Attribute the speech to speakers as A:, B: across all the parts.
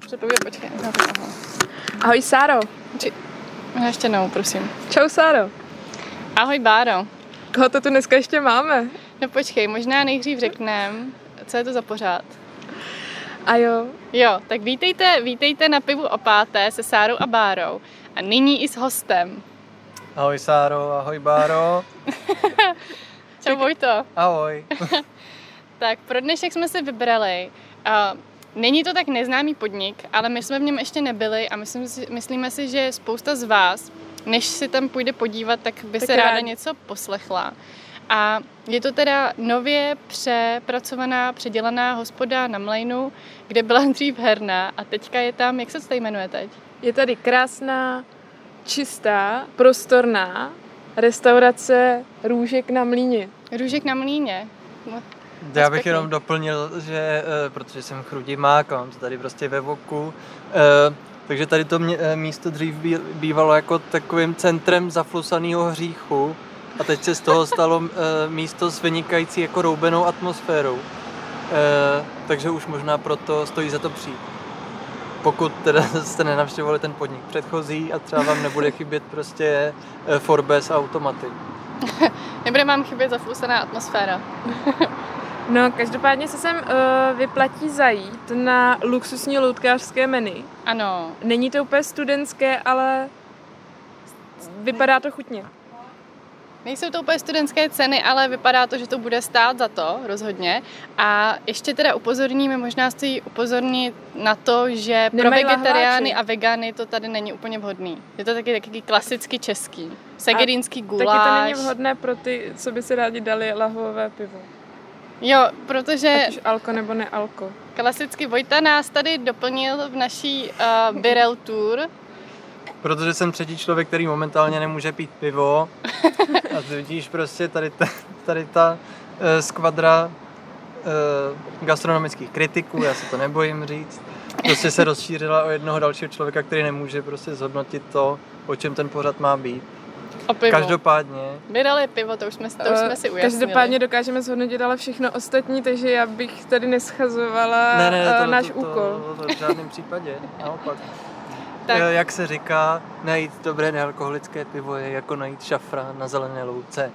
A: Předpově, počkej. já to- aha.
B: Ahoj Sáro.
A: Či... Ještě jednou, prosím.
B: Čau Sáro.
A: Ahoj Báro.
B: Koho to tu dneska ještě máme?
A: No počkej, možná nejdřív řekneme, co je to za pořád.
B: A jo,
A: Jo, tak vítejte, vítejte na pivu o páté se Sárou a Bárou. A nyní i s hostem.
C: Ahoj Sáro, ahoj Báro,
A: Čau Vojto.
C: ahoj.
A: Tak pro dnešek jsme si vybrali. Uh, není to tak neznámý podnik, ale my jsme v něm ještě nebyli a myslím, si- myslíme si, že spousta z vás, než si tam půjde podívat, tak by
B: Tak
A: se ráda
B: rád.
A: něco poslechla. A je to teda nově přepracovaná, předělaná hospoda na Mlejnu, kde byla dřív herna a teďka je tam, jak se to tady jmenuje teď?
B: je tady krásná, čistá, prostorná restaurace Růžek na mlíně.
A: Růžek na Mlíně. No,
C: Já bych
A: pěkný.
C: jenom doplnil, že eh, protože jsem chrudimák a mám to tady prostě ve voku, eh, takže tady to mě, eh, místo dřív bí- bývalo jako takovým centrem zaflusaného hříchu a teď se z toho stalo eh, místo s vynikající jako roubenou atmosférou. Eh, Takže už možná proto stojí za to přijít. Pokud teda jste nenavštěvovali ten podnik předchozí a třeba vám nebude chybět prostě eh, Forbes a automaty.
A: Nebude vám chybět zaflusená atmosféra.
B: No, každopádně se sem uh, vyplatí zajít na luxusní loutkářské menu.
A: Ano,
B: Není to úplně studentské, ale vypadá to chutně.
A: Nejsou to úplně studentské ceny, ale vypadá to, že to bude stát za to, rozhodně. A ještě teda upozorníme, možná stojí upozornit na to, že pro
B: Nemají
A: vegetariány
B: lahváče.
A: a vegany to tady není úplně vhodný. Je to taky takový klasicky český. Segedínský
B: Taky to
A: guláš.
B: není vhodné pro ty, co by si rádi dali lahvové pivo.
A: Jo, protože
B: Ať už alko nebo nealko.
A: klasicky Vojta nás tady doplnil v naší uh, Birel Tour.
C: Protože jsem třetí člověk, který momentálně nemůže pít pivo. A ty vidíš prostě tady ta, tady ta eh, skvadra eh, gastronomických kritiků, já se to nebojím říct, prostě se rozšířila o jednoho dalšího člověka, který nemůže prostě zhodnotit to, o čem ten pořad má být.
A: O pivo.
C: Každopádně,
A: Birel je pivo, to už jsme, to už jsme si
B: Eh,
A: ujasnili.
B: Každopádně dokážeme zhodnotit ale všechno ostatní, takže já bych tady neschazovala
C: ne, ne,
B: eh,
C: to,
B: náš
C: to, to,
B: úkol.
C: To, to, v žádném případě, naopak.
A: Tak.
C: Tak. Jak se říká, najít dobré nealkoholické pivo je jako najít šafra na zelené louce.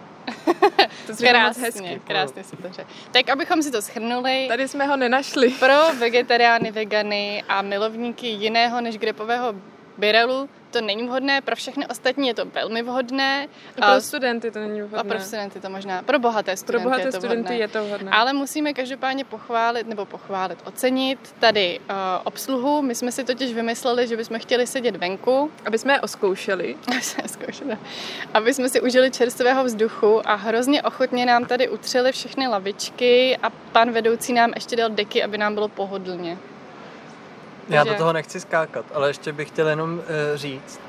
B: To, to moc
A: krásně,
B: hezky.
A: krásně si to řekl. Tak abychom si to shrnuli.
B: Tady jsme ho nenašli.
A: Pro vegetariány, vegany a milovníky jiného než grepového birelu to není vhodné, pro všechny ostatní je to velmi vhodné.
B: A
A: A-
B: pro studenty to není vhodné.
A: A pro studenty to možná, pro bohaté
B: pro
A: studenty
B: bohaté
A: je to
B: studenty
A: vhodné.
B: je to vhodné.
A: Ale musíme každopádně pochválit, nebo pochválit, ocenit tady uh, obsluhu. My jsme si totiž vymysleli, že bychom chtěli sedět venku,
B: Aby jsme je oskoušeli.
A: Zkoušela. aby jsme si užili čerstvého vzduchu a hrozně ochotně nám tady utřeli všechny lavičky a pan vedoucí nám ještě dal deky, aby nám bylo pohodlně.
C: Já
A: Takže-
C: do toho nechci skákat, ale ještě bych chtěl jenom eh, říct,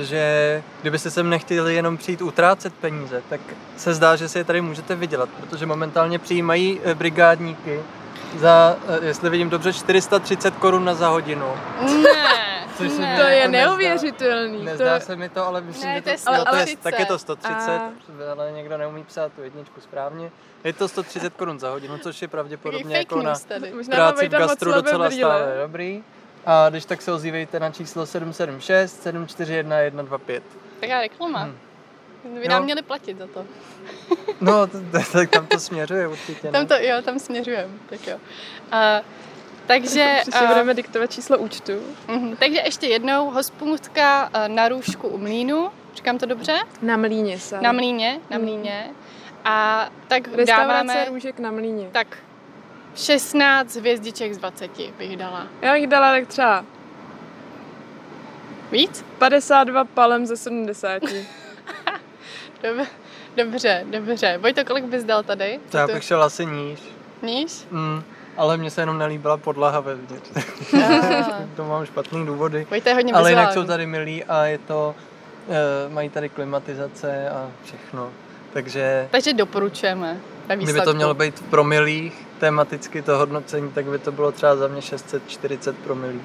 C: že kdybyste sem nechtěli jenom přijít utrácet peníze, tak se zdá, že si je tady můžete vydělat, protože momentálně přijímají eh, brigádníky za, eh, jestli vidím dobře, 430 korun na za hodinu.
A: Ne,
C: Což se
A: ne.
C: mi
B: To je
C: jako nezdá-
B: neuvěřitelný.
C: Nezdá
B: to...
C: se mi to, ale myslím,
A: Ne,
C: že
A: to je
C: no, to
A: 130.
C: je, tak je to 130,
B: A-
C: ale někdo neumí psát tu jedničku správně. Je to 130 korun za hodinu, což je
A: Takový
C: pravděpodobně
A: fake
C: jako na
A: news tady.
B: Možná
C: práci v
B: Vojta moc
C: gastru
B: slabé
C: docela
B: brýle.
C: stále dobrý. A když tak se ozývejte na číslo 776 741 125.
A: Taková reklama. Vy
C: Jo.
A: nám měli platit za to.
C: No, t- t- tak tam to směřuje určitě.
A: Tam
C: No.
A: to, jo, tam směřujeme. Tak jo. A, takže,
B: Příště
A: a,
B: budeme diktovat číslo účtu.
A: mhm, takže ještě jednou hospůdka a, na růžku u mlínu. Říkám to dobře?
B: Na mlíně se.
A: Na mlíně, na mlíně. A tak
B: Restaurace
A: dáváme
B: růžek na mlíně.
A: tak 16 hvězdiček z 20 bych dala.
B: Já bych dala tak třeba
A: Víc?
B: 52 palem ze 70.
A: Dobře, dobře. dobře. Vojto, kolik bys dal tady?
C: To já
A: Tu-
C: bych šel asi níž.
A: Níž?
C: Mm, ale mně se jenom nelíbila podlaha vevnitř.
A: Ah.
C: to mám špatný důvody.
A: Vojto je hodně
C: Ale jinak
A: vizuální.
C: jsou tady milí a je to, e, mají tady klimatizace a všechno. Takže
A: Takže doporučujeme ve výsledku.
C: kdyby to mělo být v promilích, tematicky to hodnocení, tak by to bylo třeba za mě 640 promilí.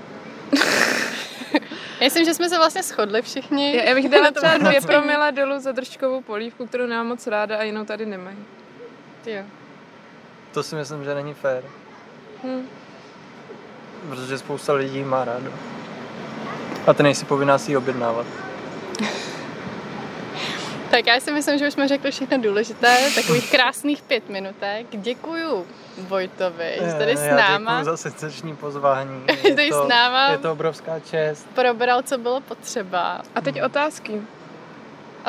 A: Já Myslím, že jsme se vlastně shodli všichni.
B: Já, já bych dala
A: Na tom
B: třeba dvě
A: hodnocení.
B: promile dolů za držkovou polívku, kterou nemám moc ráda a jinou tady nemají.
A: Ty jo.
C: To si myslím, že není fér.
B: Hm.
C: protože spousta lidí ji má rádo. A ty nejsi povinná si ji objednávat.
A: Tak já si myslím, že už jsme řekli všechno důležité, takových krásných pět minutek. Děkuju Vojtovi, že jsi tady s
C: Eh, já
A: náma
C: děkuju za srdceční pozvání.
A: Že tady s náma.
C: je to obrovská čest.
A: probral, co bylo potřeba.
B: A teď otázky.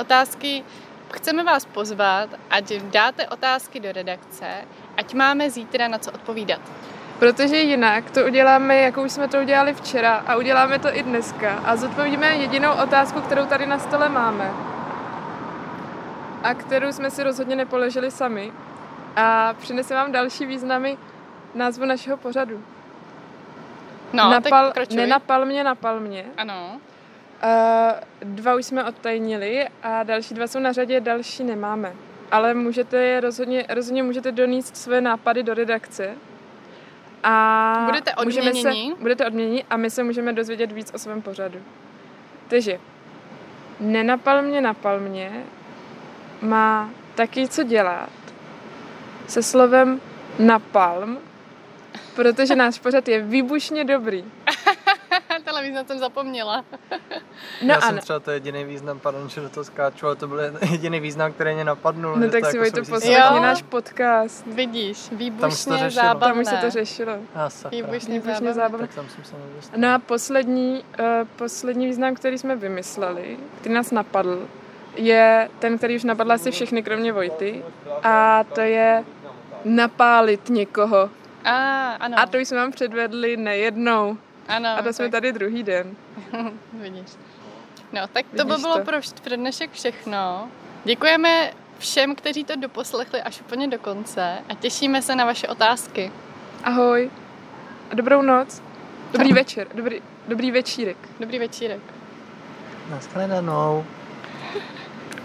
A: Otázky chceme vás pozvat, ať dáte otázky do redakce, ať máme zítra na co odpovídat.
B: Protože jinak to uděláme, jako už jsme to udělali včera a uděláme to i dneska. A zodpovíme jedinou otázku, kterou tady na stole máme. A kterou jsme si rozhodně nepoložili sami. A přinese vám další významy názvu našeho pořadu.
A: No,
B: napal,
A: tak kročuj.
B: nenapal mě, napal mě.
A: Ano.
B: Uh, dva už jsme odtajnili a další dva jsou na řadě, další nemáme. Ale můžete je rozhodně, rozhodně můžete donést své nápady do redakce. A
A: Budete
B: můžeme se,
A: odměněni.
B: budete odměněni a my se můžeme dozvědět víc o svém pořadu. Takže nenapal mě, napal mě má taky co dělat se slovem napalm, protože náš pořad je výbušně dobrý.
A: Televizi na tom zapomněla.
B: No
C: já
B: a
C: jsem
B: ne-
C: třeba to jediný význam, pardon, že do toho skáču, ale to byl jediný význam, který mě napadnul.
B: No
C: že
B: tak si
C: jako
B: Vojto
C: souvisí s-
A: Jo.
B: poslechni náš podcast.
A: Vidíš,
C: Tam už to
A: výbušně
C: řešilo.
A: zábavné.
B: Tam už se to řešilo.
C: Ah, sakra.
A: Výbušně,
B: Výbušně
A: výbušně
B: zábavné.
C: Tak tam jsem se nedostal.
B: No a poslední, uh, poslední význam, který jsme vymysleli, který nás napadl, je ten, který už napadl asi všechny, kromě Vojty. A to je napálit někoho.
A: A, ano,
B: A to už jsme vám předvedli nejednou.
A: ano,
B: A to jsme
A: No. tak-
B: tady druhý den.
A: Vidíš. No, tak to by
B: Vidíš
A: bylo
B: to?
A: pro, vš- pro dnešek všechno. Děkujeme všem, kteří to doposlechli až úplně do konce a těšíme se na vaše otázky.
B: Ahoj. A dobrou noc. Dobrý večer. Dobrý, dobrý večírek.
A: Dobrý večírek.
C: Naschledanou.